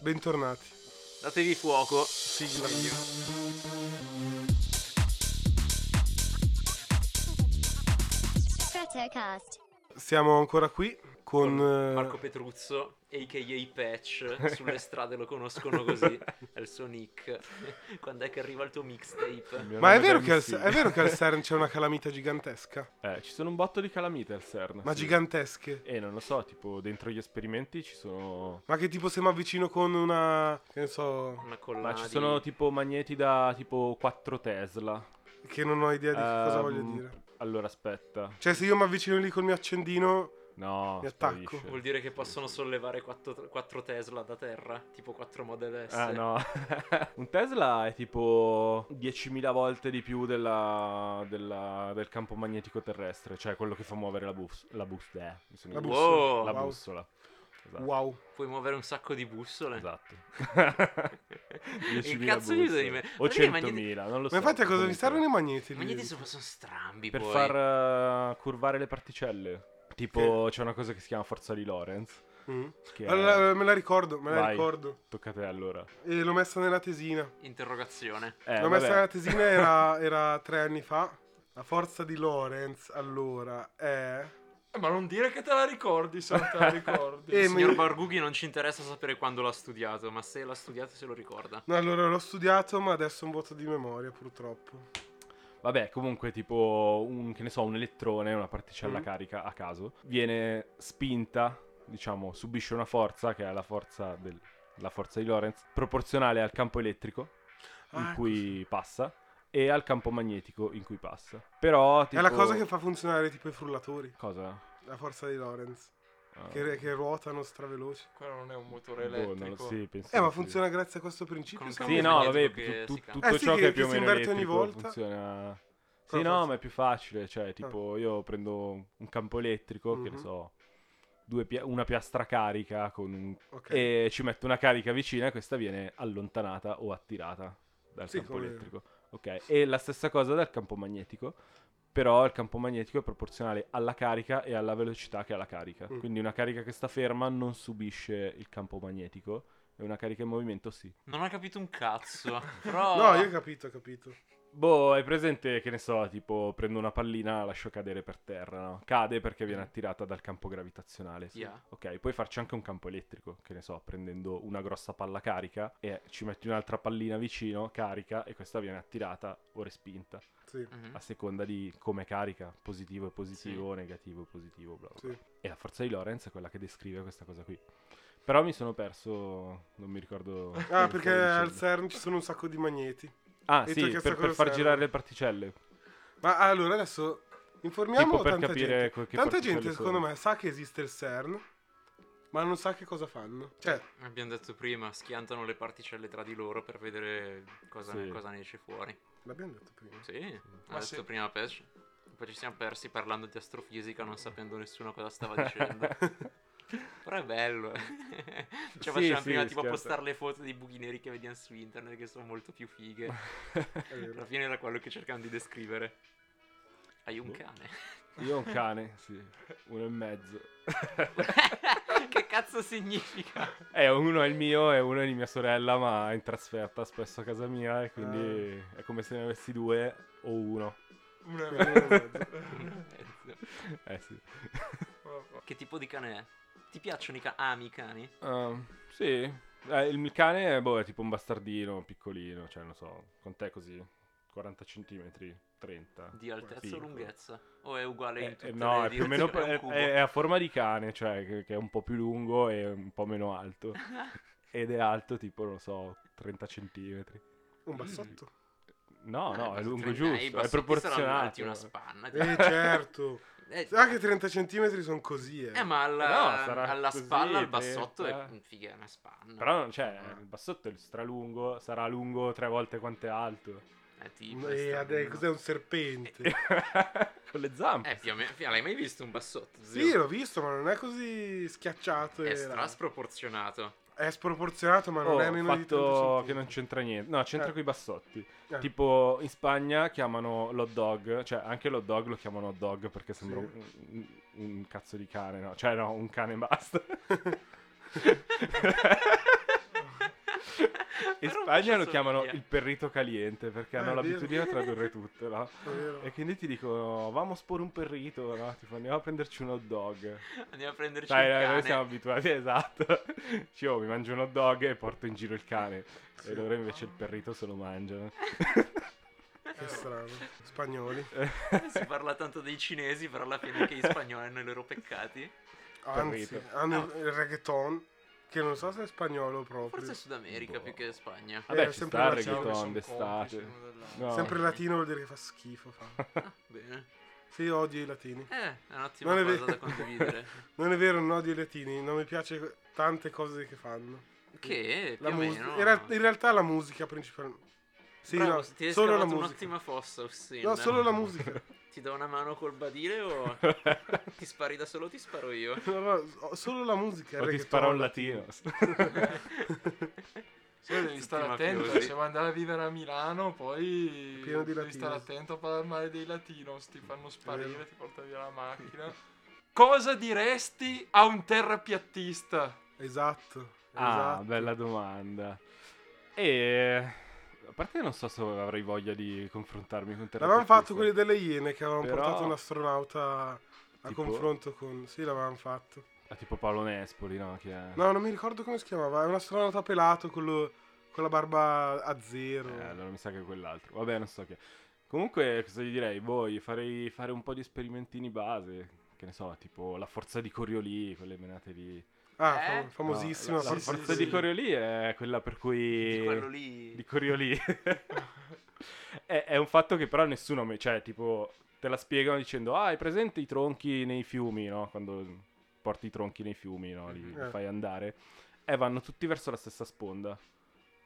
Bentornati. Datevi fuoco. Sigla. Stratocast. Siamo ancora qui con eh, Marco Petruzzo, a.k.a. Patch, sulle strade lo conoscono così, è il suo nick. Quando è che arriva il tuo mixtape? Ma è vero, che al, è vero che al CERN c'è una calamita gigantesca? Eh, ci sono un botto di calamite al CERN. Ma sì. gigantesche. Eh, non lo so, tipo, dentro gli esperimenti ci sono... Ma che tipo se mi avvicino con una... che ne so... Una collana Ma ci di- sono tipo magneti da tipo 4 Tesla. Che non ho idea di che cosa Ehm, voglio dire. Allora, aspetta. Cioè se io mi avvicino lì col mio accendino... No, Mi attacco. sparisce. Vuol dire che possono sollevare 4, Tesla da terra, tipo 4 Model S. Ah no, un Tesla è tipo 10.000 volte di più della- della- del campo magnetico terrestre, cioè quello che fa muovere la, bus- la, bus- eh, mi sono La inglese. bussola. Wow. La Wow. bussola. Esatto. Wow. Puoi muovere un sacco di bussole. Esatto. Che 10.000 Eh. cazzo gli bussole. devi mettere? O Ma perché i magneti- 100.000, non lo so. Ma infatti a cosa mi comunque. servono i magneti? I lì? magneti sono, sono strambi Per poi. far eh, curvare le particelle. Tipo c'è una cosa che si chiama forza di Lorentz. Mm. Che è- Allora, me la ricordo, me la Vai. ricordo. Tocca a te allora. E l'ho messa nella tesina. Interrogazione. Eh, L'ho vabbè. messa nella tesina era, era tre anni fa. La forza di Lorenz allora è. Eh, Ma non dire che te la ricordi se non te la ricordi. Eh, Il signor mi- Bargughi non ci interessa sapere quando l'ha studiato, ma se l'ha studiato se lo ricorda. No, allora l'ho studiato, ma adesso è un voto di memoria, purtroppo. Vabbè, comunque, tipo, un, che ne so, un elettrone, una particella Mm. carica a caso, viene spinta, diciamo, subisce una forza, che è la forza, del- la forza di Lorentz, proporzionale al campo elettrico Ah, in cui passa e al campo magnetico in cui passa. Però, tipo... È la cosa che fa funzionare tipo i frullatori. Cosa? La forza di Lorenz. Ah, Che, che ruotano straveloci. Quello non è un motore boh, elettrico. non lo- sì, penso Eh, ma di sì. funziona grazie a questo principio. Con secondo Sì, me? Cambio no, vabbè, magnetico che tu- si tu- cambia. tutto Eh sì, ciò che- che, è più che o si meno inverte ogni elettrico volta. funziona. Sì, Cosa no, funziona? ma è più facile, cioè, tipo, io prendo un campo elettrico, che ne Mhm. so, due pia- una piastra carica con un- Ok. e ci metto una carica vicina e questa viene allontanata o attirata dal Sì, campo come- elettrico. Ok, e la stessa cosa dal campo magnetico, però il campo magnetico è proporzionale alla carica e alla velocità che ha la carica. Mm. Quindi una carica che sta ferma non subisce il campo magnetico e una carica in movimento sì. Non ho capito un cazzo. Però... No, io ho capito, ho capito. Boh, hai presente che ne so, tipo prendo una pallina, la lascio cadere per terra, no? Cade perché viene attirata dal campo gravitazionale. Yeah. Ok, puoi farci anche un campo elettrico, che ne so, prendendo una grossa palla carica e ci metti un'altra pallina vicino, carica, e questa viene attirata o respinta, Sì, Mhm. a seconda di come carica, positivo e positivo, negativo e positivo, bla bla. bla. sì. E la forza di Lorenz è quella che descrive questa cosa qui. Però mi sono perso, non mi ricordo... che Ah, stavo perché al dicendo. CERN ci sono un sacco di magneti. Ah, e tu sì, che per, sta cosa per far serve? girare le particelle. Ma allora adesso informiamo Tipo per tanta capire gente. co- che tanta particelle gente, secondo sono. me, sa che esiste il CERN, ma non sa che cosa fanno. Cioè, Abbiamo detto prima, schiantano le particelle tra di loro per vedere cosa, Sì. cosa ne esce fuori. l'abbiamo detto prima. Sì, ha Ma detto sì. prima Pesh. Poi ci siamo persi parlando di astrofisica non sapendo nessuno cosa stava dicendo. Però è bello. cioè Sì, facciamo sì, prima tipo scherzo. postare le foto dei buchi neri che vediamo su internet che sono molto più fighe. È vero. Alla fine era quello che cercavamo di descrivere. Hai Boh. un cane. Io ho un cane, sì, uno e mezzo. che cazzo significa? Eh, uno è il mio e uno è di mia sorella, ma è in trasferta spesso a casa mia e quindi è come se ne avessi due o uno. Una- Una e mezzo. Eh sì. che tipo di cane è? Ti piacciono i cani? Ami i cani? Ehm, sì, Eh, il mio cane boh, è tipo un bastardino, piccolino, cioè non so, quant'è così? 40 cm, 30. Di altezza o piccolo. lunghezza? O è uguale in Eh, tutte eh, le no, è più o meno direzioni? è, È un è a forma di cane, cioè che, che è un po' più lungo e un po' meno alto. Ed è alto tipo, non so, 30 centimetri. Un bassotto. No, cubo. no, Eh, è lungo tre- eh, i giusto, è bassotti saranno proporzionato. alti una spanna. ti- Eh, certo. Eh, Anche 30 centimetri sono così, eh. eh, ma No, alla, sarà alla così, spalla, al bassotto è trenta. un figa, è una spanna. Però, cioè, il bassotto è stralungo, sarà lungo tre volte quanto è alto. È tipo... è Eh, Eh, adè, strano. cos'è un serpente? Con le zampe. Eh, più o meno... fi- L'hai mai visto un bassotto? Sì, zio? l'ho visto, ma non è così schiacciato. È e- stra sproporzionato. È sproporzionato, ma non Oh, è meno di 30 fatto centimetri. che non c'entra niente. No, c'entra Eh. con i bassotti. Eh. Tipo in Spagna chiamano l'hot dog, cioè anche l'hot dog lo chiamano hot dog perché sembra un, un- un cazzo di cane, no? Cioè no, un cane e basta. In Però Spagna ci lo chiamano somiglia. il perrito caliente perché Ah, hanno è vero. l'abitudine a tradurre tutto, no? È vero. E quindi ti dicono, vamos por un perrito, no? Tipo, andiamo a prenderci un hot dog. Andiamo a prenderci Dai, il dai, noi cane. siamo abituati, esatto. Cioè, oh, mi mangio un hot dog e porto in giro il cane. E loro invece il perrito se lo mangiano. Che strano. Spagnoli. Si parla tanto dei cinesi, però alla fine anche gli spagnoli hanno i loro peccati. Anzi, Terribile. hanno No. il reggaeton, che non so se è spagnolo proprio. Ah. Forse Sud America più che Spagna. Boh. Vabbè, Eh, ci sempre sta il la Ciao, Diciamo che reggaeton son complici d'estate. l'uno dell'altro. No. Sempre latino vuol dire che fa schifo. Fa. Ah, bene. Sì, odio i latini. Eh, è un'ottima Non è vero. cosa da condividere. Non è vero, non odio i latini, non mi piace tante cose che fanno. Che più La o musica. meno. In, real- in realtà la musica principalmente. Sì, Bravo, no, ti hai solo la scavato musica. un'ottima fossa, Ossin. No, solo la musica. Ti do una mano col badile o ti spari da solo o ti sparo io? No, no, solo la musica. il O ti reggaeton. sparo un latino. Sì, devi Tutti stare attento, mafiosi. se vuoi andare a vivere a Milano poi È pieno di devi latino. stare attento a parlare male dei latinos, ti fanno vero. sparire, ti portano via la macchina. Cosa diresti a un terrapiattista? Esatto. Ah, esatto. bella domanda. E... A parte che non so se avrei voglia di confrontarmi con te. L'avevamo fatto quelli delle Iene che avevano Però- portato un astronauta a Tipo? confronto con... Sì, l'avevamo fatto. Tipo Paolo Nespoli, no? Che è... No, non mi ricordo come si chiamava. È un astronauta pelato quello- con la barba a zero. Eh, allora mi sa che è quell'altro. Vabbè, non so che. Comunque, cosa gli direi? Voi farei fare un po' di sperimentini base. Che ne so, tipo la forza di Coriolì, quelle menate lì. Ah, Eh? fam- famosissima. No, la, la forza sì, forza sì, di sì. Coriolì è quella per cui. Di quello lì. di Coriolì. è, è un fatto che però nessuno. me- Cioè, tipo, te la spiegano dicendo: Ah, hai presente i tronchi nei fiumi, no? Quando porti i tronchi nei fiumi, no? Li, li Eh. fai andare. E vanno tutti verso la stessa sponda.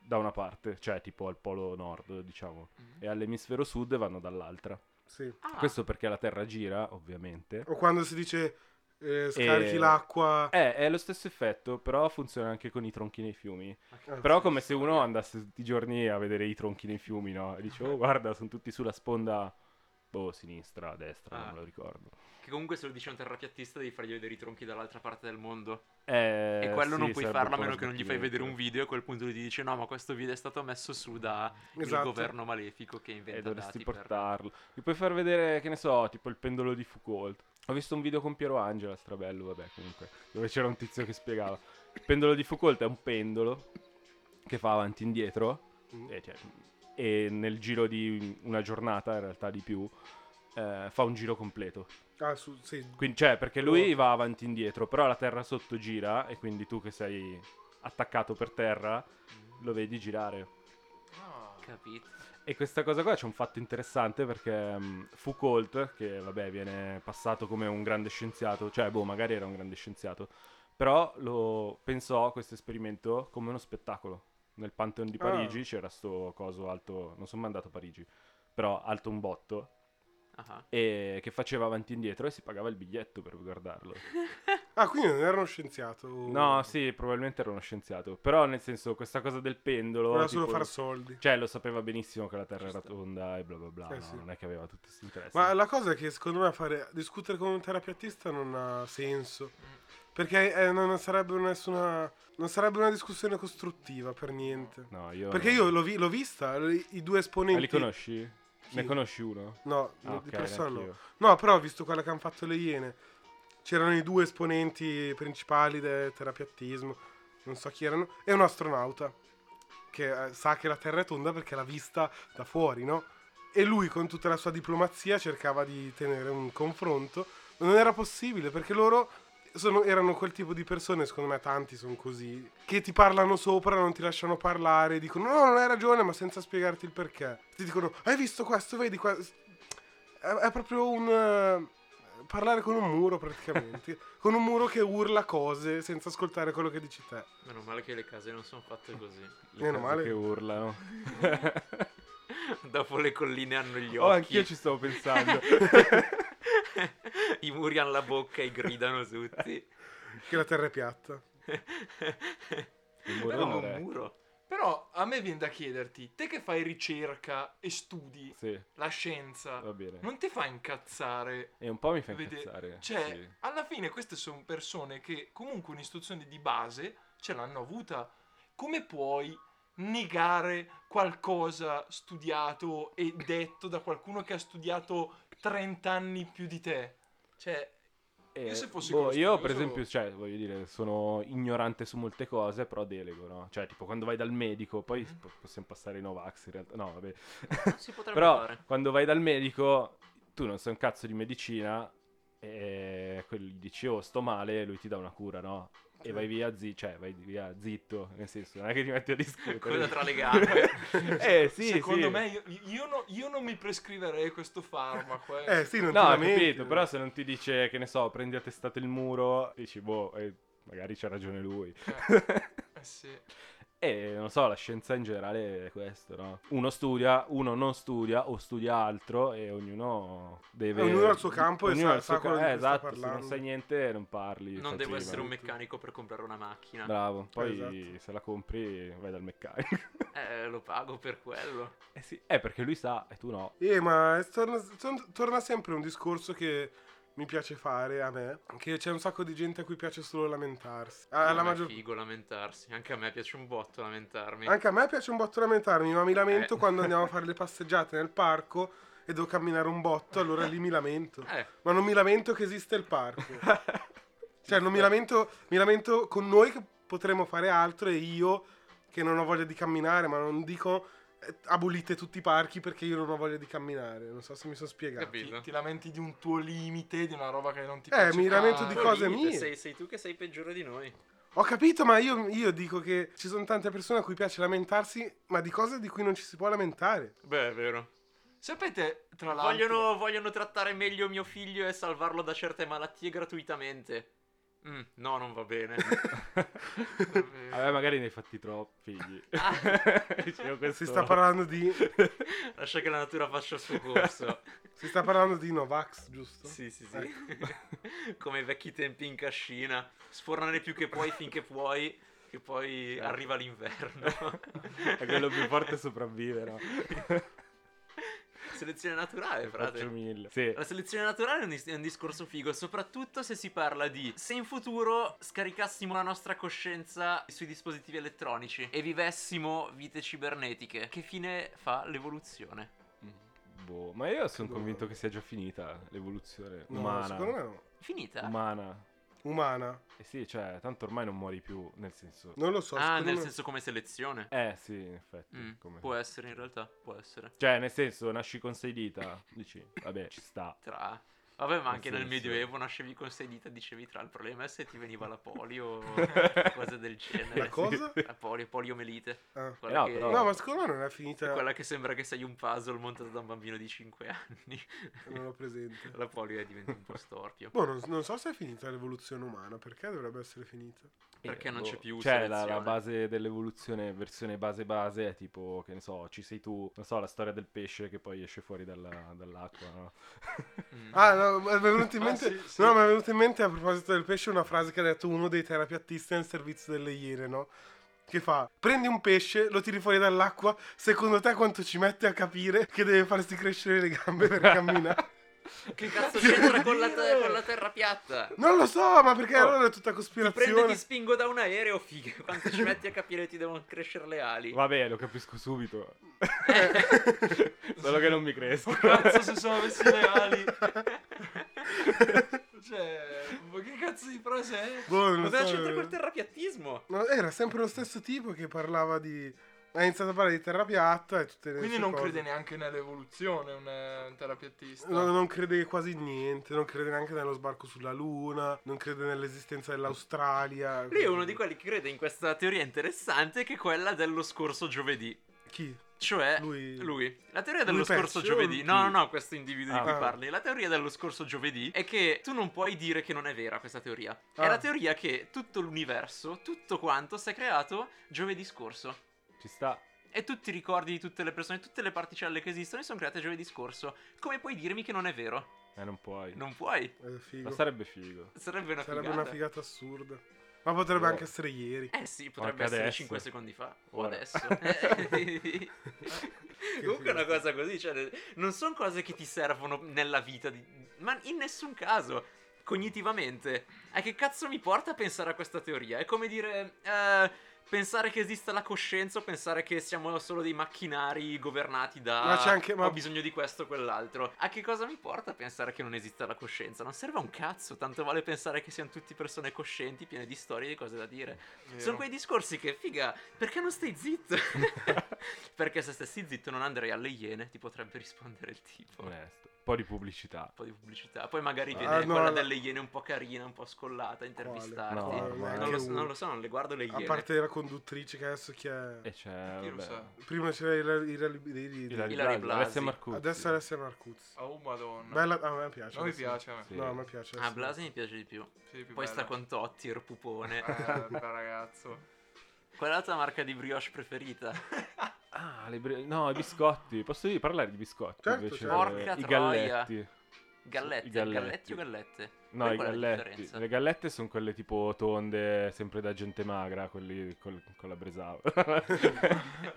Da una parte, cioè tipo al polo nord, diciamo. E all'emisfero sud vanno dall'altra. Sì. Ah, Questo perché la Terra gira, ovviamente. O quando si dice eh, scarichi E- l'acqua. Eh, è lo stesso effetto, però funziona anche con i tronchi nei fiumi. Ah, Però come se uno andasse tutti i giorni a vedere i tronchi nei fiumi, no? E dice, oh guarda, sono tutti sulla sponda, boh, sinistra, destra, Ah. non me lo ricordo. Che comunque se lo dice un terrapiattista devi fargli vedere i tronchi dall'altra parte del mondo. Eh, e quello sì, non puoi sarebbe farlo a un po' meno che non gli fai vedere un sbattimento. video e a quel punto lui ti dice no ma questo video è stato messo su da il Esatto. governo malefico che inventa E Eh, dovresti dati per- portarlo. Gli puoi far vedere, che ne so, tipo il pendolo di Foucault. Ho visto un video con Piero Angela, strabello, vabbè, comunque, dove c'era un tizio che spiegava. Il pendolo di Foucault è un pendolo che fa avanti e indietro Mm. e, cioè, e nel giro di una giornata, in realtà di più, eh, fa un giro completo. Ah, su, sì. Quindi, cioè, perché lui va avanti e indietro, però la terra sotto gira e quindi tu che sei attaccato per terra lo vedi girare. Ah. Capito? E questa cosa qua c'è un fatto interessante perché mm, Foucault, che vabbè viene passato come un grande scienziato, cioè boh magari era un grande scienziato, però lo pensò questo esperimento come uno spettacolo. Nel Pantheon di Ah. Parigi c'era sto coso alto, non sono mai andato a Parigi, però alto un botto, Ah, e che faceva avanti e indietro e si pagava il biglietto per guardarlo. Ah, quindi non era uno scienziato. No, sì, probabilmente era uno scienziato. Però, nel senso, questa cosa del pendolo. Voleva solo tipo, far soldi. Cioè, lo sapeva benissimo che la Terra era Giusto. tonda e bla bla bla. Eh, no, sì. Non è che aveva tutti questi interessi. Ma la cosa è che secondo me fare discutere con un terapeutista non ha senso. Perché eh, non sarebbe nessuna. Non sarebbe una discussione costruttiva per niente. No, io. Perché io l'ho, vi- l'ho vista, i i due Ma esponenti. li conosci? Chi? Ne conosci uno? No, Ah, di ok, persona no. neanch'io. No, però ho visto quella che hanno fatto le Iene. C'erano i due esponenti principali del terapiattismo, non so chi erano, e un astronauta che eh, sa che la Terra è tonda perché l'ha vista da fuori, no? E lui con tutta la sua diplomazia cercava di tenere un confronto, ma non era possibile perché loro sono- erano quel tipo di persone, secondo me tanti sono così, che ti parlano sopra, non ti lasciano parlare, dicono no, non hai ragione, ma senza spiegarti il perché. Ti dicono, hai visto questo, vedi questo. È, è proprio un... eh, parlare con un muro praticamente, con un muro che urla cose senza ascoltare quello che dici te. Meno male che le case non sono fatte così. Le Meno case male. Che urlano. Dopo le colline hanno gli occhi. oh, anch'io ci stavo pensando. I muri hanno la bocca e gridano tutti. Che la terra è piatta. Il muro Però non un è. muro. Però a me viene da chiederti, te che fai ricerca e studi Sì, la Eh. scienza, va bene. non ti fa incazzare? E un po' mi fa vede- incazzare. Cioè, sì. alla fine queste sono persone che comunque un'istruzione di base ce l'hanno avuta. Come puoi negare qualcosa studiato e detto da qualcuno che ha studiato 30 anni più di te. Cioè, Eh, Io se fossi boh, Cosmo, io io per sono- esempio, cioè, voglio dire, sono ignorante su molte cose, però delego, no? Cioè, tipo quando vai dal medico, poi Mm. po- possiamo passare ai Novax in realtà. No, vabbè. Si potrebbe però fare. quando vai dal medico, tu non sai un cazzo di medicina e quelli dici "Oh, sto male", e lui ti dà una cura, no? E Certo. vai via, zi- cioè, vai via zitto, nel senso, non è che ti metti a discutere. Coda tra le gambe. eh, sì, secondo sì. me io, io no- io non mi prescriverei questo farmaco. eh. Eh sì, non No, ti ho lamenti. capito, però se non ti dice, che ne so, prendi a testate il muro, dici, boh, eh, magari c'ha ragione lui. Eh sì. E non so, la scienza in generale è questo, no? Uno studia, uno non studia o studia altro e ognuno deve... Eh, ognuno ha il suo campo e sa- ha il suo sa quello di eh, cui sta esatto, se non parlando. sai niente non parli. Non fai devo prima. essere un meccanico per comprare una macchina. Bravo, poi Esatto. se la compri vai dal meccanico. Eh, lo pago per quello. eh sì, è perché lui sa e tu no. Eh, ma è- torna, son- torna sempre un discorso che mi piace fare a me, che c'è un sacco di gente a cui piace solo lamentarsi. Ah, Non Eh, la è maggior- figo lamentarsi. Anche a me piace un botto lamentarmi. Anche a me piace un botto lamentarmi, ma mi lamento Eh. quando andiamo a fare le passeggiate nel parco e devo camminare un botto, allora lì mi lamento. Eh, Ma non mi lamento che esiste il parco. cioè, non mi lamento, mi lamento con noi che potremmo fare altro e io che non ho voglia di camminare, ma non dico eh, abolite tutti i parchi perché io non ho voglia di camminare. Non so se mi sono spiegato. Capito. Ti, ti lamenti di un tuo limite, di una roba che non ti Eh, piace mi lamento fare. di cose Limite, mie. Sei, sei tu che sei peggiore di noi. Ho capito, ma io, io dico che ci sono tante persone a cui piace lamentarsi, ma di cose di cui non ci si può lamentare. Beh, è vero. Sapete, tra l'altro... Vogliono, vogliono trattare meglio mio figlio e salvarlo da certe malattie gratuitamente. Mm, no, non va bene. Vabbè, magari ne hai fatti troppi figli. Ah. Dicevo, questo Si sta no. parlando di. Lascia che la natura faccia il suo corso. Si sta parlando di Novax, giusto? Sì, sì, sì. Ecco. Come i vecchi tempi in cascina. Sfornare più che puoi finché puoi, che poi Eh. arriva l'inverno. è quello più forte sopravvivere. no? Selezione naturale, Eh, frate. Faccio mille. Sì. La selezione naturale è un, dis- è un discorso figo, soprattutto se si parla di se in futuro scaricassimo la nostra coscienza sui dispositivi elettronici e vivessimo vite cibernetiche, che fine fa l'evoluzione? Mhm. Boh, ma io sono Boh. convinto che sia già finita l'evoluzione No, umana. secondo me no. Finita? Ah, Umana. Umana. Eh sì, cioè, tanto ormai non muori più, nel senso... Non lo so. ah, secondo nel me- senso come selezione? Eh sì, in effetti. Mm, come- Può essere in realtà, può essere. Cioè, nel senso, nasci con sei dita, dici, vabbè, ci sta. Tra... Vabbè, ma anche Nel nel senso- Medioevo nascevi con sei dita e dicevi tra il problema è se ti veniva la polio o cose del genere. La cosa? La polio, poliomelite. Ah. Quella no, che- però- No, ma secondo me non è finita. Quella che sembra che sei un puzzle montato da un bambino di 5 anni. Non l'ho presente. La polio diventa un po' storpio. Boh, non, non so se è finita l'evoluzione umana. Perché dovrebbe essere finita? Perché non c'è più Cioè, Eh, la- la, selezione. base dell'evoluzione, versione base base, è tipo, che ne so, ci sei tu, non so, la storia del pesce che poi esce fuori dalla- dall'acqua, no? Mm. Ah, no, mi è venuto in Ah, mente. sì, sì. No, mi è venuto in mente a proposito del pesce una frase che ha detto uno dei terapiattisti nel servizio delle iene, no? Che fa: prendi un pesce, lo tiri fuori dall'acqua. Secondo te quanto ci mette a capire che deve farsi crescere le gambe per camminare? Che cazzo c'entra con la, te- con la terra piatta? Ti non lo so, ma perché Oh, allora è tutta prendo e ti cospirazione. spingo da un aereo, figa. Quanto ci metti a capire che ti devono crescere le ali? Vabbè, lo capisco subito. Eh. Solo che non mi cresco. Cazzo se sono messi le ali. Cioè, ma che cazzo di frase è? Boh, non lo Cosa so, c'entra eh. col terrapiattismo? No, era sempre lo stesso tipo che parlava di. Ha iniziato a parlare di terra piatta e tutte le Quindi sue non cose. crede neanche nell'evoluzione un, eh, un terapeutista. No, non crede quasi in niente, non crede neanche nello sbarco sulla Luna, non crede nell'esistenza dell'Australia. Lui è uno di quelli che crede in questa teoria interessante che è quella dello scorso giovedì. Chi? Cioè, Lui- lui. La teoria dello Lui scorso Pezzo, giovedì. lui- No, no, no, questo individuo Ah. di cui parli. La teoria dello scorso giovedì è che tu non puoi dire che non è vera questa teoria. È Ah. la teoria che tutto l'universo, tutto quanto, si è creato giovedì scorso. Ci sta. E tutti i ricordi di tutte le persone, tutte le particelle che esistono, sono create giovedì scorso. Come puoi dirmi che non è vero? Eh, non puoi. Non puoi. Eh, figo. Ma sarebbe figo. Sarebbe una Sarebbe figata. una figata assurda. Ma potrebbe Eh. anche essere ieri. Eh sì, potrebbe Anche essere adesso. 5 secondi fa. O Ora. adesso. Eh. Comunque è una cosa così, cioè, non sono cose che ti servono nella vita, di- ma in nessun caso. Cognitivamente. A che cazzo mi porta a pensare a questa teoria? È come dire... eh, pensare che esista la coscienza o pensare che siamo solo dei macchinari governati da Ma c'è anche- ma- ho bisogno di questo o quell'altro. A che cosa mi porta pensare che non esista la coscienza? Non serve a un cazzo, tanto vale pensare che siamo tutti persone coscienti, piene di storie e di cose da dire. Sono quei discorsi che, figa, perché non stai zitto? perché se stessi zitto non andrei alle iene, ti potrebbe rispondere il tipo. Un Onesto. Un po' di pubblicità. po' di pubblicità. Poi magari Ah, viene no, quella no. delle iene un po' carina, un po' scollata, a intervistarti. No, Quale? ormai. non, Neanche lo, so- uno. non lo so, non le guardo le A iene. parte la conduttrice che adesso chi è? E c'è... Chi lo vabbè, sa? Prima c'era il, il, il- il- Ilari Ilari Blasi, Blasi. Alessia Marcuzzi. Adesso è Alessia Marcuzzi. Oh madonna. Bella, a me piace. Non cioè, mi Alessia. piace a me. Sì. No, a me piace. Ah, Alessia Blasi mi piace di più. Sei più Poi bella. sta con Totti, il pupone. Eh, bel ragazzo. Qual è la tua marca di brioche preferita? Ah, le bre- no, i biscotti. Posso dire- parlare di biscotti? Certo, invece? certo. Porca I troia. galletti. Galletti, I galletti. galletti o gallette? No, Poi i qual è la galletti. differenza? Le gallette sono quelle tipo tonde, sempre da gente magra, quelli col- con la bresava.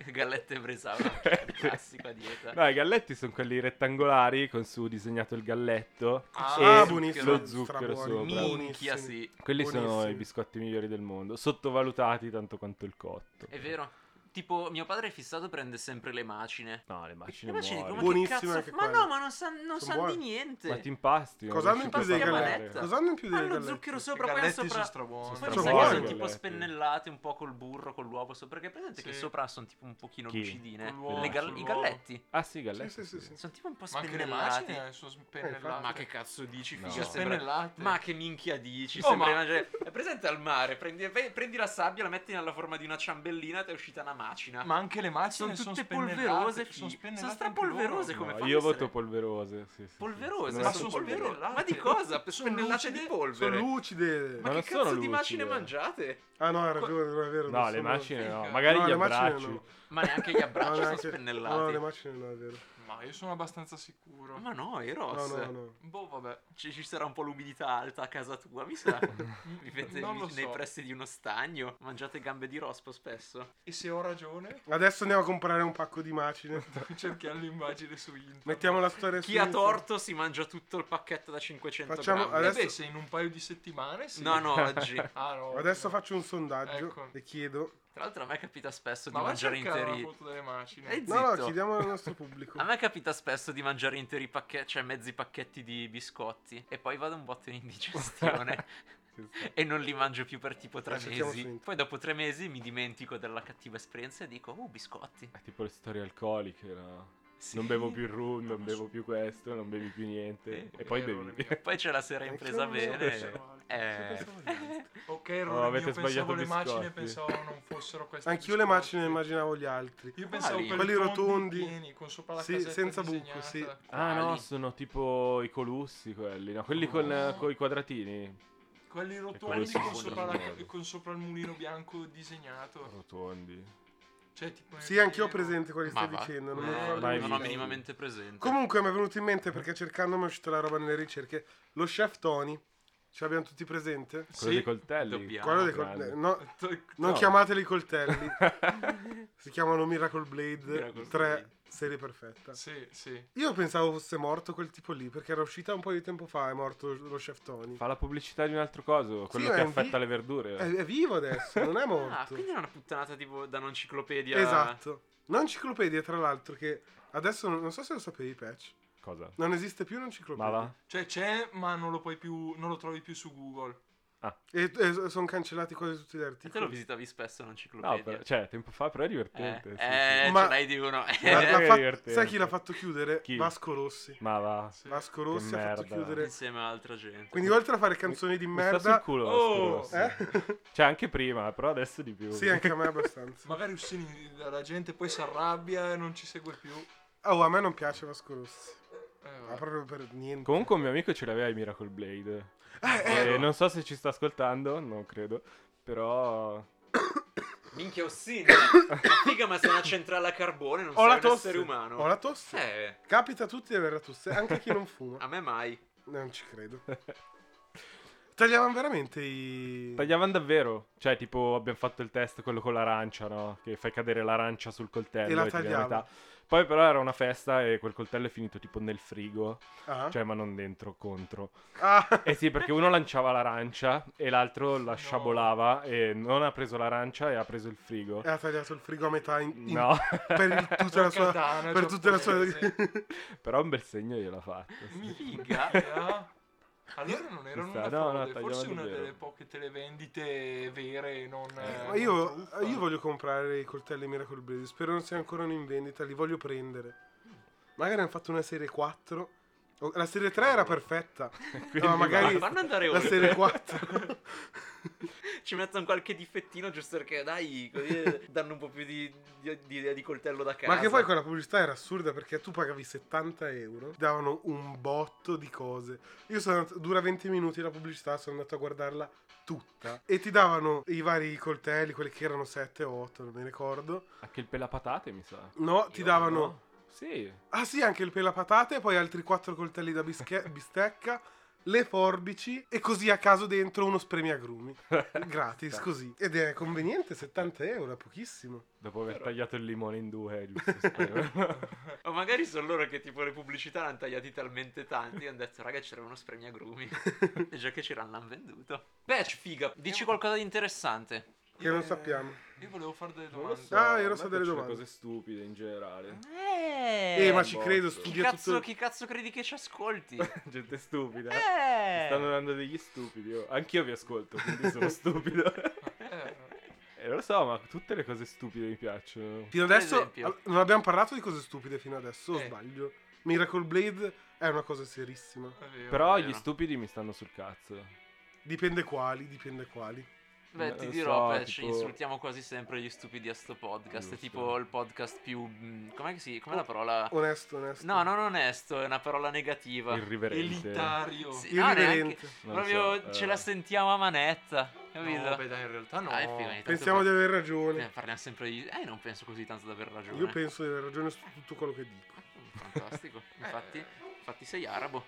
Gallette bresaola, classica dieta. No, i galletti sono quelli rettangolari con su disegnato il galletto. Ah, E buonissimo. lo zucchero Strabuoni. sopra. Minchia, sì. Quelli sono i Buonissimi. biscotti migliori del mondo, sottovalutati tanto quanto il cotto. È vero. Tipo, mio padre è fissato prende sempre le macine. No, le macine Le macine, muori. come Buoni- che Buonissime cazzo? anche fa- Ma quelle. no, ma non sanno non Son san di buone. niente. Ma ti impasti? non Cosa hanno in riesci più più dei a galletti? manetta. Cosa hanno in più dei Hanno galletti? zucchero sopra, poi hanno Galletti sopra... sono strabuoni. Poi Sono non sai buoni che i sono tipo galletti. spennellate un po' col burro, con l'uovo sopra. Perché presente che Sì. sopra sono tipo un pochino Chi? lucidine. Con l'uovo, Le gal- con I l'uovo. galletti Ah sì, i galletti. Sì, sì, sì, sì. sono tipo un po' Ma anche le macine spennellati. sono Eh, spennellate. infatti. Ma che cazzo dici, No. figa? Sono Sembra- spennellate. Ma che minchia dici? Oh, sembra ma- una ge- È presente al mare, prendi, ve- prendi la sabbia, la metti nella forma di una ciambellina e ti è uscita una macina. Ma anche le macine sono sono tutte spennellate, polverose, sono fighi. spennellate Sono anche loro. strapolverose come No, fanno io a essere- voto polverose. Sì, sì, sì. Polverose, Non ma è- sono polverose. spennellate. Ma di cosa? Sono Spennellate di lucide, Sono polvere. lucide. ma Ma che non cazzo sono di lucide. macine mangiate? Ah no, hai ragione, non è vero. No, non le sono- macine no, Figa. magari No, gli le macine abbracci. no. Ma neanche gli No, abbracci sono neanche- No, spennellati. le macine no, è vero. Ma io sono abbastanza sicuro. Ma no, No, Eros. no, no. Boh, vabbè. Ci, ci sarà un po' l'umidità alta a casa tua, mi sa. Vivete Non lo nei so. pressi di uno stagno. Mangiate gambe di rospo spesso. E se ho ragione, Adesso andiamo a comprare un pacco di macine. cerchiamo l'immagine su internet. Mettiamo la storia su Chi ha Instagram. torto si mangia tutto il pacchetto da 500 Facciamo- grammi. Eh adesso- beh, se in un paio di settimane sì. No, no, oggi. Ah, no. Adesso no. faccio un sondaggio Ecco. e chiedo. Tra l'altro a me capita spesso Ma di vai a mangiare cercare interi. la foto delle macine. Eh, No, no, Zitto. chiediamo al nostro pubblico. A me capita spesso di mangiare interi pacchetti, cioè mezzi pacchetti di biscotti e poi vado un botto in indigestione Ci sta. e non li mangio più per tipo tre Eh, cerchiamo su mesi. internet. Poi dopo tre mesi mi dimentico della cattiva esperienza e dico, oh biscotti. È tipo le storie alcoliche, no? Sì. Non bevo più il rum, non bevo più questo, non bevi più niente. Sì, e poi vero, le bevi. mie- Poi ce la sera Eh, impresa che non bene. so, eh. se pensavo di- Ok, Oh, errore avete mio, pensavo sbagliato le macine, biscotti. pensavo non fossero queste. Anch'io le macine immaginavo gli altri. Io pensavo Quali? quelli, Quelli rotondi. rotondi pieni, con sopra la Sì, casetta senza buco, disegnata. sì. Ah no, Quali? sono tipo i colussi quelli, no? Quelli Ah. No. con i quadratini Quelli quelli rotondi sono con buoni. sopra, la- Buoni. con sopra il mulino bianco Oh. disegnato. rotondi. Cioè, tipo Sì, anch'io ho presente quelli che Ma stai va. dicendo. Non, Eh, mi ricordo Vai, non niente. ho Vito. minimamente presente. Comunque mi è venuto in mente perché cercando mi è uscita la roba nelle ricerche. Lo chef Tony, ce l'abbiamo tutti presente? Quello dei coltelli. dobbiamo. Quello dei grande. coltelli. No, non No. chiamateli coltelli. si chiamano Miracle Blade 3, Miracle Blade. serie perfetta. Sì, sì. Io pensavo fosse morto quel tipo lì perché era uscita un po' di tempo fa. È morto lo chef Tony. Fa la pubblicità di un altro coso, quello è che un vi- affetta le verdure. È, è vivo adesso, non è Ah, morto. quindi era una puttanata tipo da non enciclopedia. Esatto. L'enciclopedia, tra l'altro, che adesso non, non so se lo sapevi, Patch. Cosa? Non esiste più Ma l'enciclopedia. va? Cioè, c'è, ma non lo puoi più. Non lo trovi più su Google. E, e sono cancellati quasi tutti gli E te lo articoli. visitavi spesso No, l'enciclopedia? però- cioè, tempo fa però è Eh, divertente. sì, sì. eh, Ma- ce l'hai di uno. L'ha- Eh, l'ha è fa- divertente. sai chi l'ha fatto chiudere? Chi? Vasco Rossi. Ma va. Sì. Vasco Rossi ha fatto merda. chiudere. Insieme a altra gente. Quindi oltre a fare canzoni di Mi sta sul merda... culo. Oh! Vasco Rossi. Eh? Cioè, anche prima, però adesso di più. sì, anche a me abbastanza. Magari Ussini la gente poi si arrabbia e non ci segue più. Oh, a me non piace Vasco Rossi. Eh, Ma Ah. vabbè. proprio per niente. Comunque un mio amico ce l'aveva i Miracle Blade. Eh, E non so se ci sta ascoltando, non credo. Però... Minchia Ossina. Figa, ma sei una centrale a carbone, non Ho la sei un tosse. essere umano. Ho la tosse. Eh, Ah. Capita a tutti di avere la tosse, anche a chi non a fuma. me mai. Non ci credo. Tagliavano veramente i... Tagliavano davvero. Cioè, tipo, abbiamo fatto il test quello con l'arancia, no? Che fai cadere l'arancia sul coltello. E la ti viene tagliavo. metà. Poi però era una festa e quel coltello è finito tipo nel frigo, Ah. cioè ma non dentro, contro. Ah. Eh sì, perché uno lanciava l'arancia e l'altro la No. sciabolava e non ha preso l'arancia e ha preso il frigo. E ha tagliato il frigo a metà in- in- No, per il- tutta la sua... Katana Per tutta la sua... giapponese. però un bel segno gliel'ha fatto. sì. Minchia. eh. Allora non erano Sta- una no, no, frode, tagliavano forse una davvero. delle poche televendite vere e non... eh, Ma io, non truffa. io voglio comprare i coltelli Miracle Blade. Spero non siano ancora in vendita. Li voglio prendere. Magari hanno fatto una serie 4. O- La serie 3 era perfetta. Quindi No, magari- Ma fanno andare La oltre. serie 4. Ci mettono qualche difettino giusto perché dai, così eh, danno un po' più di, di, di- di coltello da casa. Ma che poi quella pubblicità era assurda perché tu pagavi 70 euro, ti davano un botto di cose. Io sono andato, dura 20 minuti la pubblicità, sono andato a guardarla tutta e ti davano i vari coltelli, quelli che erano 7 o 8, non mi ricordo. Anche il pelapatate, mi sa. No, ti davano No? Sì. Ah sì, anche il pelapatate, poi altri 4 coltelli da bische- bistecca. Le forbici e così a caso dentro uno spremiagrumi gratis così ed è conveniente 70 euro, è pochissimo. Dopo aver tagliato il limone in due, giusto? spero. O magari sono loro che tipo le pubblicità l'hanno tagliati talmente tanti. Hanno detto, raga, c'era uno spremiagrumi. e già che c'erano, l'hanno venduto. Patch, figa, dici qualcosa di interessante. Che non Eh, sappiamo. Io volevo fare delle Non lo domande. so, Ah, io lo a so me delle piacciono domande. cose stupide in generale. Eh, Eh, ma ci botto. credo, Chi chi studia cazzo, tutto. chi cazzo credi che ci ascolti? Gente stupida. Mi eh. stanno dando degli stupidi. oh. Anch'io vi ascolto, quindi sono stupido. Eh, Eh, lo so, ma tutte le cose stupide mi piacciono. Fino Per adesso esempio. al- non abbiamo parlato di cose stupide fino adesso, o Eh. sbaglio. Miracle Blade è una cosa serissima. è vero. Però vero. gli stupidi mi stanno sul cazzo. Dipende quali, dipende quali. Beh, Non ti lo dirò, so, Patch, tipo- insultiamo quasi sempre gli stupidi a sto podcast. È Giusto. Oh. tipo il podcast più. mh, Com'è che si. Com'è la parola? Onesto, onesto. No, non onesto, è una parola negativa. Irriverente. Elitario. Sì, no, neanche. Irriverente. Non Proprio so, ce eh. la sentiamo a manetta. Capito? No, beh, dai, in realtà no. Ah, è figo, ogni tanto Pensiamo par- di aver ragione. eh, parliamo sempre di. Eh, non penso così tanto di aver ragione. Io penso di aver ragione su tutto quello che dico. Fantastico. Eh, Infatti, infatti sei arabo.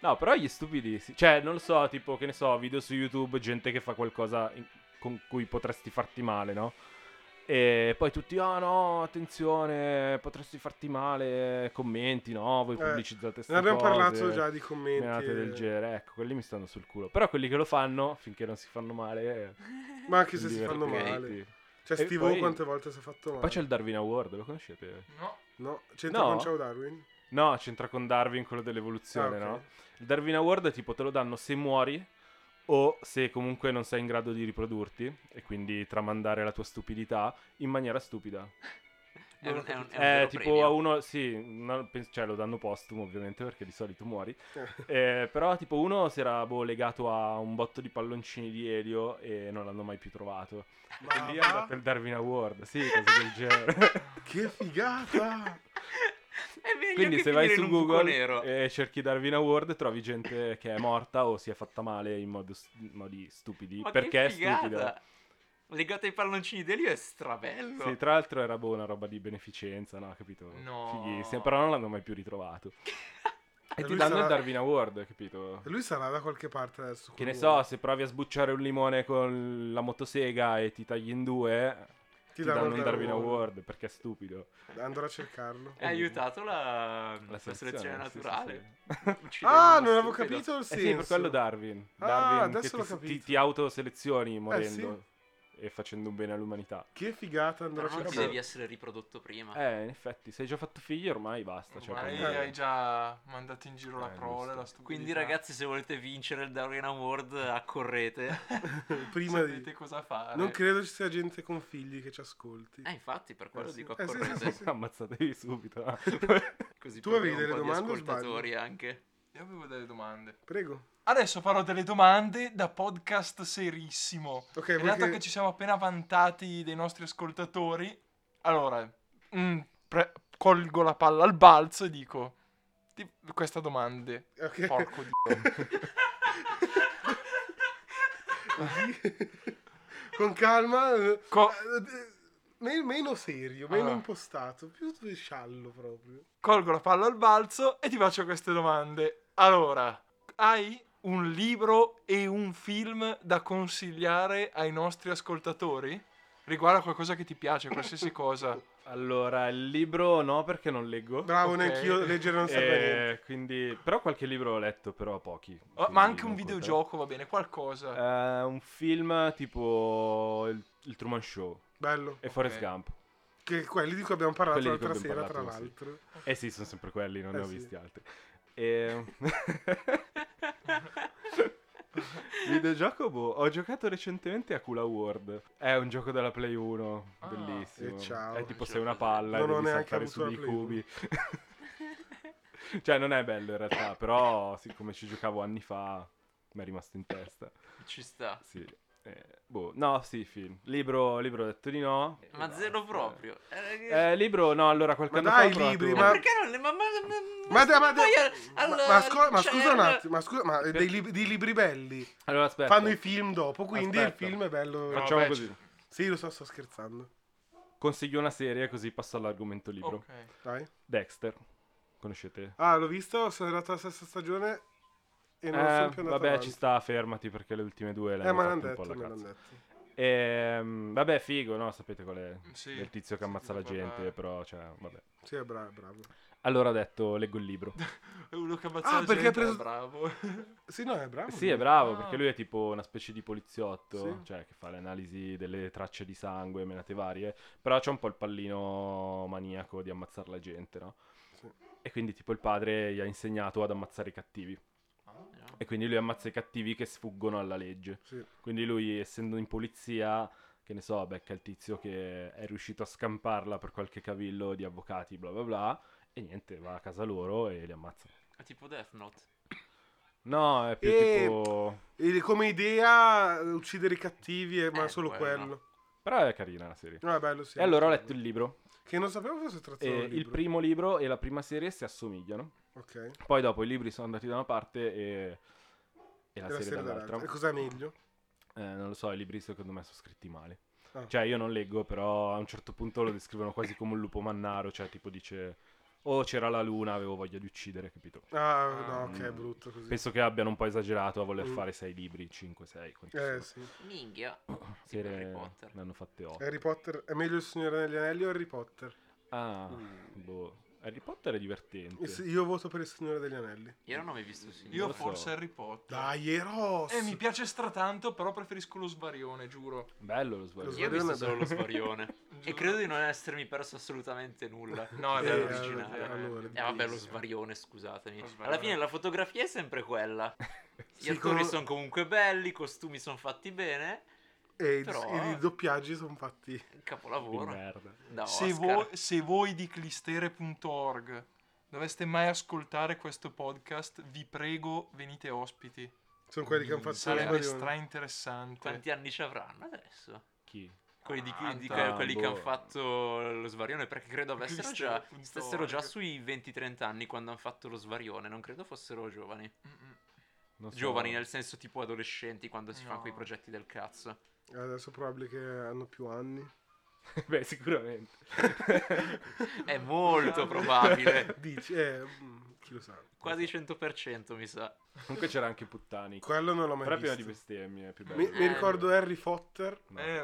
No, però gli stupidi, sì. cioè, non lo so, tipo, che ne so, video su YouTube, gente che fa qualcosa in- con cui potresti farti male, no? E poi tutti, ah no, attenzione, potresti farti male, commenti, no, voi Eh, pubblicizzate ste Ne abbiamo cose, parlato già di commenti. menate del genere, ecco, quelli mi stanno sul culo. Però quelli che lo fanno, finché non si fanno male, eh, Ma anche se sono si fanno divertenti. male. Cioè, E Steve poi- O quante volte si è fatto male. Poi c'è il Darwin Award, lo conoscete? No. No, c'entra No? con Ciao Darwin. No, c'entra con Darwin quello dell'evoluzione, Ah, ok. no? Il Darwin Award è tipo te lo danno se muori o se comunque non sei in grado di riprodurti e quindi tramandare la tua stupidità in maniera stupida. È un, è un- è un Eh, vero tipo premio. a uno, sì, no, pen- cioè lo danno postumo ovviamente perché di solito muori. Eh. Eh, però tipo uno si era boh, legato a un botto di palloncini di elio e non l'hanno mai più trovato. Ma Lì è va, andato il Darwin Award, sì, cose del genere. che figata! È meglio Quindi che se vai finire su in un buco Google eh, nero. e cerchi Darwin Award trovi gente che è morta o si è fatta male in modo st- in modi stupidi. Ma perché che è stupida? figata. Legato ai palloncini d'elio è strabello. Sì, tra l'altro era boh, una roba di beneficenza, no? Capito? No. Fighissima, però non l'hanno mai più ritrovato. E E ti lui danno il sarà- Darwin Award, capito? Lui sarà da qualche parte adesso. Che ne so, quell'uomo. se provi a sbucciare un limone con la motosega e ti tagli in due, ti, danno, il un Darwin Award Eh, perché è stupido. Andrò a cercarlo. Ha aiutato la, la selezione sì, sì, naturale. sì. Uccidendo Ah, uno non avevo stupido. capito il Eh senso. sì, per quello Darwin. Ah, Darwin che adesso l'ho ti, ti, capito. Eh, ti autoselezioni morendo e facendo un bene all'umanità. Che figata andrò Però a non ti cercare. devi essere riprodotto prima. Eh, in effetti, se hai già fatto figli ormai basta. Cioè, Ah. Ormai proprio- hai già mandato in giro la Eh, prole, la giusto. stupidità. Quindi, ragazzi, se volete vincere il Darwin Award, accorrete. Prima sapete di... cosa fare. Non credo ci sia gente con figli che ci ascolti. Eh, infatti, per quello Eh sì. dico Eh sì, accorrete. sì, sì. Ammazzatevi subito. no? Così Tu perdiamo avevi delle un domande o po' di sbaglio? ascoltatori anche. Io avevo delle domande. Prego. Adesso farò delle domande da podcast serissimo. Ok, E vuoi dato che- che ci siamo appena vantati dei nostri ascoltatori, allora mm, pre- colgo la palla al balzo e dico ti- questa domanda. ok. Porco di. con calma. eh, Co- eh, me- meno serio, meno Ah. impostato, più sciallo proprio. colgo la palla al balzo e ti faccio queste domande. Allora, hai un libro e un film da consigliare ai nostri ascoltatori? Riguarda qualcosa che ti piace, qualsiasi cosa. Allora, il libro no perché non leggo. Bravo, Ok. neanch'io leggere non serve a Eh, niente. quindi, però qualche libro ho letto, però pochi. Oh, quindi ma anche non un conta. videogioco, va bene, qualcosa. Eh, un film tipo il, il Truman Show Bello. e Forrest Ok. Gump. Che quelli di cui abbiamo parlato Quelli di cui l'altra sera, abbiamo tra parlato, sì. l'altro. Eh sì, sono sempre quelli, non Eh ne ho sì. visti altri. Ehm E... Videogioco boh. Ho giocato recentemente a Kula World. È un gioco della Play 1, Ah. bellissimo. E ciao. È tipo Non ce sei l'ho una presente. palla Non e ho devi neanche saltare su avuto dei la Play uno. cubi. cioè, non è bello in realtà, però siccome ci giocavo anni fa mi è rimasto in testa. Ci sta. Sì. Eh, boh, no, sì, film. Libro, libro ho detto di no. Eh, E Ma basta. zero proprio. Eh, Eh, libro no, allora qualche Ma anno dai, fa ho provato- libri, ma, ma- perché non le... Ma, ma, Ma, da- ma, da- poi al- ma- al- ma sco- ma cioè, scusa un al- attimo, ma scusa, ma eh, dei lib- di libri belli Allora aspetta. fanno i film dopo, quindi Aspetta. il Ah. film è bello. Faccio- Facciamo Vabbè, così. Sì, lo so, sto scherzando. Consiglio una serie così passo all'argomento libro. Ok. Dai. Dexter. Conoscete? Ah, l'ho visto, sono arrivato alla sesta stagione e non Eh, sono più andato vabbè, avanti. ci sta, fermati perché le ultime due le Eh, hanno ma fatte l'hanno un po' detto, alla me l'hanno cazzo. detto. Ehm, vabbè, figo, no? Sapete qual è? Mm, Sì. Il tizio che ammazza la Sentito gente, parlare. però, cioè, vabbè. Sì, è bravo, bravo. Allora ho detto, leggo il libro. È uno che ammazza Ah, la perché gente, ha preso- è bravo. Sì, no, è bravo. sì, è bravo, Ah. perché lui è tipo una specie di poliziotto, Sì. cioè, che fa le analisi delle tracce di sangue, menate varie, però c'è un po' il pallino maniaco di ammazzare la gente, no? Sì. E quindi tipo il padre gli ha insegnato ad ammazzare i cattivi. E quindi lui ammazza i cattivi che sfuggono alla legge. Sì. Quindi lui, essendo in polizia, che ne so, becca il tizio che è riuscito a scamparla per qualche cavillo di avvocati, bla bla bla, e niente, va a casa loro e li ammazza. È tipo Death Note. No, è più E- tipo... E come idea, uccidere i cattivi, eh, ma Eh, solo quello. quello. Però è carina la serie. No, è bello, sì. E allora ho letto il libro. Che non sapevo fosse tratto E da un il libro. primo libro e la prima serie si assomigliano. Ok. Poi dopo i libri sono andati da una parte e, E e la la serie, serie dall'altra. dall'altra. E cos'è meglio? Eh, non lo so, i libri secondo me sono scritti male. Ah. Cioè, io non leggo, però a un certo punto lo descrivono quasi come un lupo mannaro, cioè tipo dice "Oh, c'era la luna, avevo voglia di uccidere", capito? Ah, Ah, no, ok, è mm. brutto così. Penso che abbiano un po' esagerato a voler Mm. fare sei libri, 5, 6, quanti Eh, sono? sì. Minghia. Oh, Sì, Serie- eh, Harry Potter. Ne hanno fatte 8. Harry Potter è meglio il Signore degli Anelli o Harry Potter? Ah, boh. Harry Potter è divertente. Eh, sì, Io voto per il Signore degli Anelli. Io non ho mai visto il signore. Io lo so. forse Harry Potter. Dai, Eros! Eh, mi piace stratanto, però preferisco lo svarione, giuro. Bello lo sguardo. Lo Io ho svarione visto è solo bello. lo svarione. e Giuro. credo di non essermi perso assolutamente nulla. Mm. No, è Eh, bello eh, originale. allora, Eh vabbè lo bellissimo. svarione, scusatemi. Lo svarione. Alla fine la fotografia è sempre quella. Gli Sì, attori con- sono comunque belli, i costumi sono fatti bene. E i- però- i, i doppiaggi sono fatti. di Capolavoro. merda. Da se, Oscar. voi, se voi di clistere.org doveste mai ascoltare questo podcast, vi prego venite ospiti. Sono quelli che hanno fatto il Sarebbe Marione. stra interessante. Quanti anni ci avranno adesso? Chi? Quelli, di, chi- di- Quaranta, quelli che hanno boh. fatto lo svarione, perché credo avessero già, Cristo, punto stessero già org. sui 20-30 anni quando hanno fatto lo svarione, non credo fossero giovani. Mm-mm. Non so. Giovani nel senso tipo adolescenti quando si fanno No. quei progetti del cazzo. Adesso probabile che hanno più anni. Beh, sicuramente. È molto probabile. Dici, eh, mm, chi lo sa. Quasi 100% mi sa. Comunque c'era anche Puttani. Quello non l'ho mai Però è pieno di visto. bestemmie. è Più mi, bello. mi ricordo Eh, Harry Potter. no. Eh.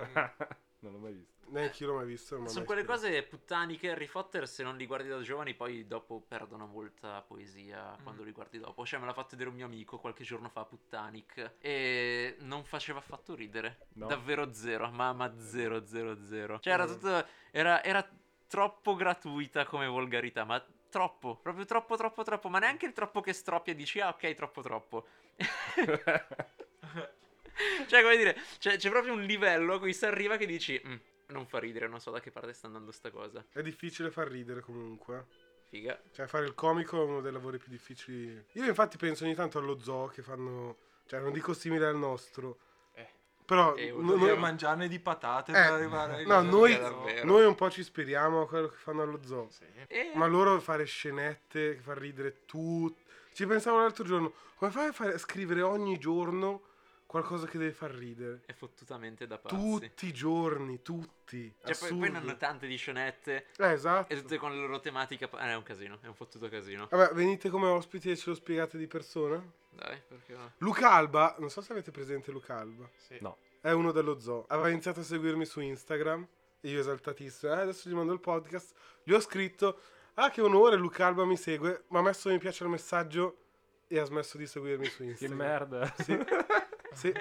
non l'ho mai visto. Neanche io l'ho mai visto. non mi ha Sono mai quelle ispirato. cose puttani che Harry Potter se non li guardi da giovani poi dopo perdono molta poesia quando Mm. li guardi dopo. Cioè me l'ha fatto vedere un mio amico qualche giorno fa Puttanic e non faceva affatto ridere. No. Davvero zero, ma, ma zero zero zero. Cioè era tutto era, era troppo gratuita come volgarità, ma troppo, proprio troppo troppo troppo, ma neanche il troppo che stroppia e dici ah ok troppo troppo. Cioè, come dire, c'è, c'è proprio un livello a cui si arriva che dici, "Mm, non fa ridere, non so da che parte sta andando sta cosa. È difficile far ridere comunque. Figa. Cioè, fare il comico è uno dei lavori più difficili. Io, infatti, penso ogni tanto allo zoo che fanno. Cioè, non dico simile al nostro. Eh. Però Eh, no- voglio no- Dobbiamo mangiarne di patate Eh, per arrivare no, a- noi- davvero. noi un po' ci ispiriamo a quello che fanno allo zoo. Sì. E... Ma loro fare scenette, far ridere tutti. Ci pensavo l'altro giorno. Come fai a, fare- a scrivere ogni giorno qualcosa che deve far ridere? È fottutamente da pazzi. Tutti i giorni, tutti. Cioè, poi, poi ne hanno Assurdo. tante di scenette Eh, esatto. e tutte con le loro tematiche. pa- eh, è un casino, è un fottuto casino. Vabbè, venite come ospiti e ce lo spiegate di persona? Dai, perché no? Luca Alba, non so se avete presente Luca Alba, Sì. No. è uno dello zoo. Aveva iniziato a seguirmi su Instagram e io esaltatissimo. Eh, adesso gli mando il podcast. Gli ho scritto, ah che onore, Luca Alba mi segue, ma ha messo mi piace al messaggio e ha smesso di seguirmi su Che Instagram. merda. Sì. sì.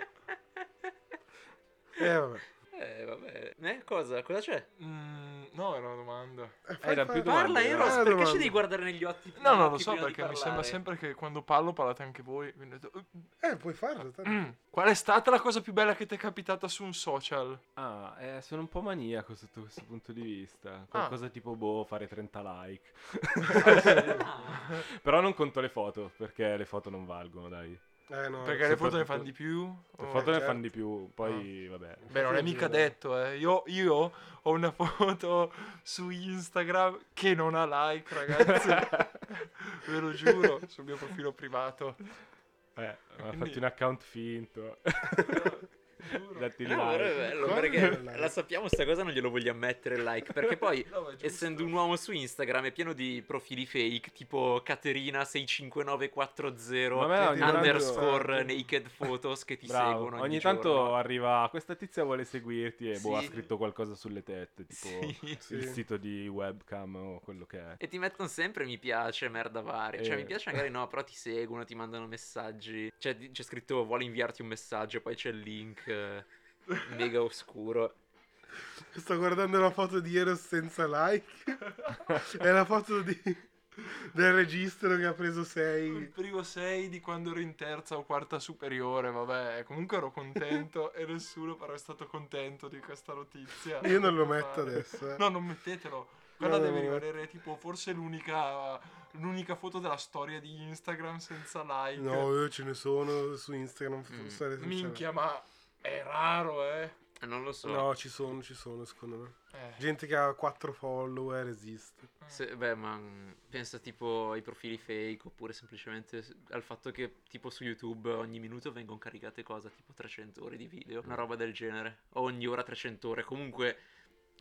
Eh vabbè. Eh, vabbè. Eh, cosa? Cosa c'è? Mm, no, era una domanda. Eh, fai- Era fai- più domande, Parla, Domande, Eros, eh, perché domande. ci devi guardare negli occhi? No, no, lo occhi so prima di perché mi sembra parlare? sempre che quando parlo parlate anche voi. Quindi ho detto, "Uh, Eh, puoi farlo. tanto. "Mm, qual è stata la cosa più bella che ti è capitata su un social? Ah, eh, sono un po' maniaco sotto questo punto di Ah. vista. Qualcosa tipo, boh, fare 30 like. Ah, Però non conto le foto, perché le foto non valgono, dai. Eh, no, perché le foto soprattutto- ne fanno di più? Le Oh. foto ne certo. fanno di più, Ah. poi, vabbè. Beh, non è mica detto, eh. Io, io ho una foto su Instagram che non ha like, ragazzi. Ve lo giuro, sul mio profilo privato. Eh, ma Quindi- fatti un account finto. Datti il Eh, No, però è like. bello Come perché il like? la sappiamo sta cosa non glielo voglio ammettere il like perché poi No, ma è giusto. essendo un uomo su Instagram è pieno di profili fake tipo Caterina 65940 Ma a me ogni tanto- underscore naked photos che ti Bravo. seguono Ogni, ogni, tanto giorno. arriva questa tizia vuole seguirti e boh, ha Sì. scritto qualcosa sulle tette, tipo Sì. il Sì. sito di webcam o quello che è. E ti mettono sempre mi piace, merda varia. Cioè, Eh. mi piace magari no, però ti seguono, ti mandano messaggi. Cioè, di- c'è scritto vuole inviarti un messaggio, poi c'è il link eh, mega oscuro. Sto guardando la foto di Eros senza like. È la foto di- del registro che ha preso Il 6. primo 6 di quando ero in terza o quarta superiore, vabbè, comunque ero contento e nessuno però è stato contento di questa notizia. Io non lo metto adesso, eh. No, non mettetelo. Quella No, no, deve no, no. rimanere tipo forse l'unica l'unica foto della storia di Instagram senza like. No, io ce ne sono su Instagram. Mm. storie senza Minchia, ma è raro, eh. Non lo so. like. No, ci sono, ci sono, secondo me. Eh. Gente che ha 4 follower esiste. Se- beh, ma mm, pensa tipo ai profili fake oppure semplicemente s- al fatto che tipo su YouTube ogni minuto vengono caricate cosa, tipo 300 ore di video, una roba del genere. O Ogni ora 300 ore, comunque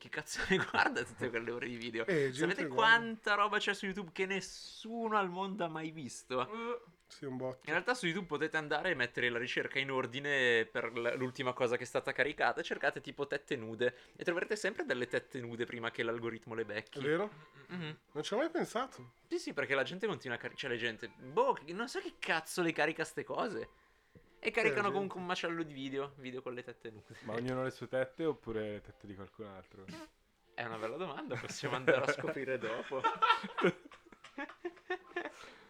che cazzo ne guarda tutte quelle ore di video? Eh, gente Sapete guarda. quanta roba c'è su YouTube che nessuno al mondo ha mai visto? Eh, Sì, un botto. In realtà su YouTube potete andare e mettere la ricerca in ordine per l- l'ultima cosa che è stata caricata, cercate tipo tette nude e troverete sempre delle tette nude prima che l'algoritmo le È becchi. vero? Mhm. Non ci ho mai pensato. Sì, sì, perché la gente continua a caricare. Cioè, la gente. Boh, che- non so che cazzo le carica ste cose. E caricano Cioè, gente. comunque un macello di video. Video con le tette nude. Ma ognuno le sue tette oppure le tette di qualcun altro? È una bella domanda, possiamo andare a scoprire dopo.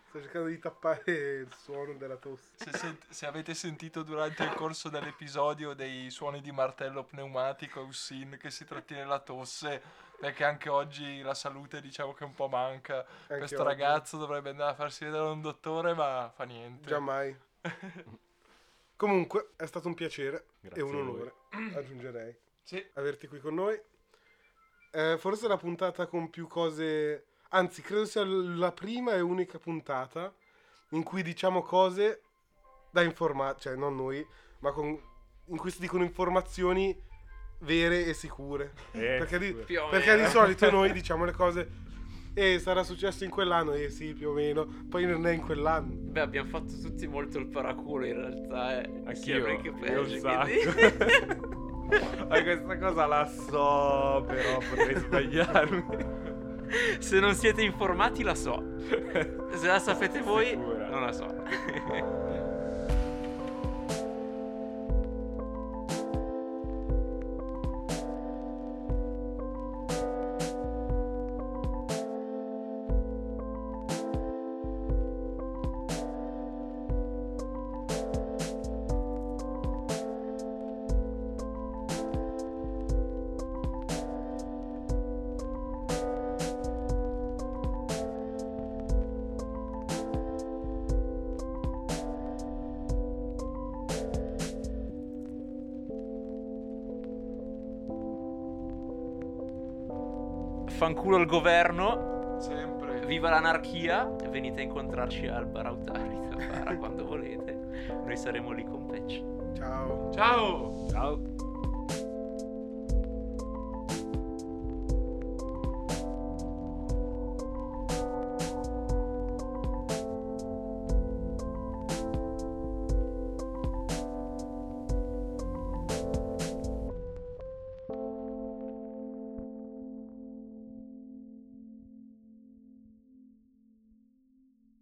Sto cercando di tappare il suono della tosse. Se, sent- se avete sentito durante il corso dell'episodio dei suoni di martello pneumatico e Ussin che si trattiene la tosse, perché anche oggi la salute diciamo che un po' manca. Anche Questo oggi. ragazzo dovrebbe andare a farsi vedere da un dottore, ma fa niente. Già mai. Comunque, è stato un piacere Grazie e un a voi. onore, aggiungerei. Sì. averti qui con noi. Eh, forse la puntata con più cose, anzi, credo sia la prima e unica puntata in cui diciamo cose da informare, cioè non noi, ma con- in cui si dicono informazioni vere e sicure. Eh, perché, di, sicure. Più o perché di meno. solito noi diciamo le cose e sarà successo in quell'anno, e sì, più o meno, poi non è in quell'anno. Beh, abbiamo fatto tutti molto il paraculo in realtà. Eh. Anch'io, Sembra che io peggio, un sacco. quindi- Ma questa cosa la so, però potrei sbagliarmi. Se non siete informati, la so. Se la sapete voi, Sicura. non la so. Fanculo il governo. Sempre. Viva l'anarchia, venite a incontrarci al bar Autari da Bara quando volete. Noi saremo lì con Patch. Ciao. Ciao! Ciao.